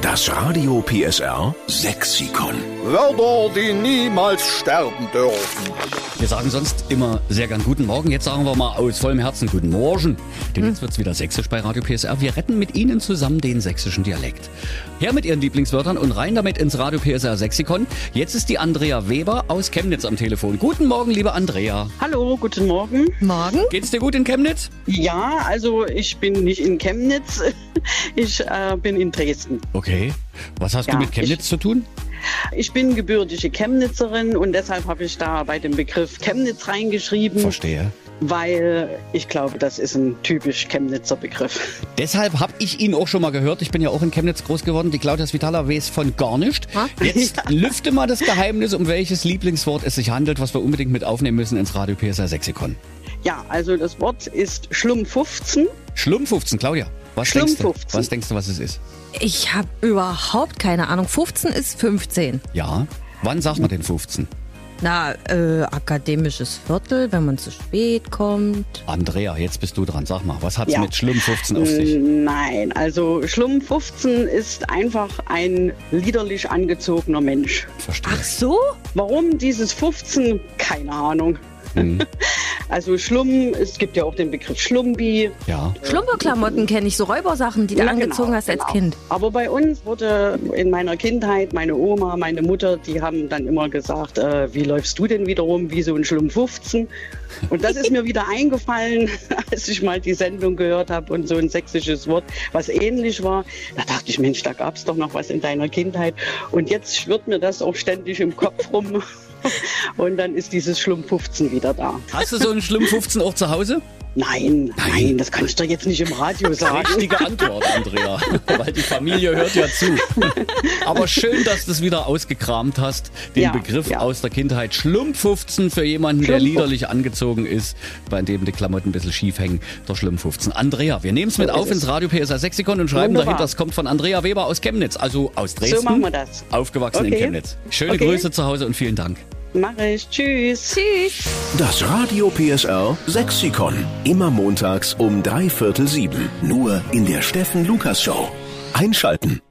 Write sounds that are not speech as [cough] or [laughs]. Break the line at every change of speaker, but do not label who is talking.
Das Radio PSR Sexikon.
Wörter, die niemals sterben dürfen.
Wir sagen sonst immer sehr gern guten Morgen. Jetzt sagen wir mal aus vollem Herzen guten Morgen. Denn jetzt wird's wieder sächsisch bei Radio PSR. Wir retten mit Ihnen zusammen den sächsischen Dialekt. Her mit Ihren Lieblingswörtern und rein damit ins Radio PSR Sexikon. Jetzt ist die Andrea Weber aus Chemnitz am Telefon. Guten Morgen, liebe Andrea.
Hallo, guten Morgen.
Morgen?
Geht's dir gut in Chemnitz?
Ja, also ich bin nicht in Chemnitz, [laughs] ich äh, bin in Dresden.
Okay. Was hast
Ja,
du mit Chemnitz zu tun?
Ich bin gebürtige Chemnitzerin und deshalb habe ich da bei dem Begriff Chemnitz reingeschrieben,
Verstehe.
weil ich glaube, das ist ein typisch Chemnitzer Begriff. [laughs]
Deshalb habe ich ihn auch schon mal gehört. Ich bin ja auch in Chemnitz groß geworden. Die Claudia Svitala weiß von gar nicht.
Ah.
Jetzt lüfte mal das Geheimnis, um welches Lieblingswort es sich handelt, was wir unbedingt mit aufnehmen müssen ins Radio PSA Sexikon.
Ja, also das Wort ist Schlumpfufzen.
Schlumpfufzen, Claudia. Was denkst du?
Schlumpfufzen.
Was denkst du, was es ist?
Ich habe überhaupt keine Ahnung. 15 ist 15.
Ja. Wann sagt man denn 15?
Na, äh, akademisches Viertel, wenn man zu spät kommt.
Andrea, jetzt bist du dran. Sag mal, was hat's
Ja. Äh.
mit Schlumpfufzen auf sich?
Nein, also Schlumpfufzen ist einfach ein liederlich angezogener Mensch.
Verstehe.
Ach so?
Warum dieses 15? Keine Ahnung. [laughs] Also Schlumm, es gibt ja auch den Begriff Schlumbi.
Ja.
Schlumperklamotten kenne ich, so Räubersachen, die du
Ja,
angezogen
genau,
hast als
genau.
Kind.
Aber bei uns wurde in meiner Kindheit meine Oma, meine Mutter, die haben dann immer gesagt, äh, wie läufst du denn wieder rum wie so ein Schlumpfufzen? Und das ist mir
[laughs]
wieder eingefallen, [laughs] als ich mal die Sendung gehört habe und so ein sächsisches Wort, was ähnlich war. Da dachte ich, Mensch, da gab es doch noch was in deiner Kindheit. Und jetzt schwirrt mir das auch ständig im Kopf rum. [laughs] Und dann ist dieses Schlumpfufzen wieder da.
Hast du so einen Schlumpfufzen auch zu Hause?
Nein, nein, das kann ich doch jetzt nicht im Radio sagen.
Richtige Antwort, Andrea, [laughs] weil die Familie hört ja zu. Aber schön, dass du es wieder ausgekramt hast, den
Ja,
Begriff
ja.
aus der Kindheit. Schlumpfufzen für jemanden, der
Schlumpfufzen.
liederlich angezogen ist, bei dem die Klamotten ein bisschen schief hängen, der Schlumpfufzen. Andrea, wir nehmen es mit
So
auf
ist
ins
es.
Radio PSA Sexikon und schreiben
Wunderbar.
dahinter, es kommt von Andrea Weber aus Chemnitz, also aus Dresden.
machen wir das.
Aufgewachsen in
Okay.
Chemnitz. Schöne
Okay.
Grüße zu Hause und vielen Dank.
Mach ich. Tschüss.
Tschüss.
Das Radio PSR Sexikon. Immer montags um drei Viertel sieben. Nur in der Steffen Lukas Show. Einschalten.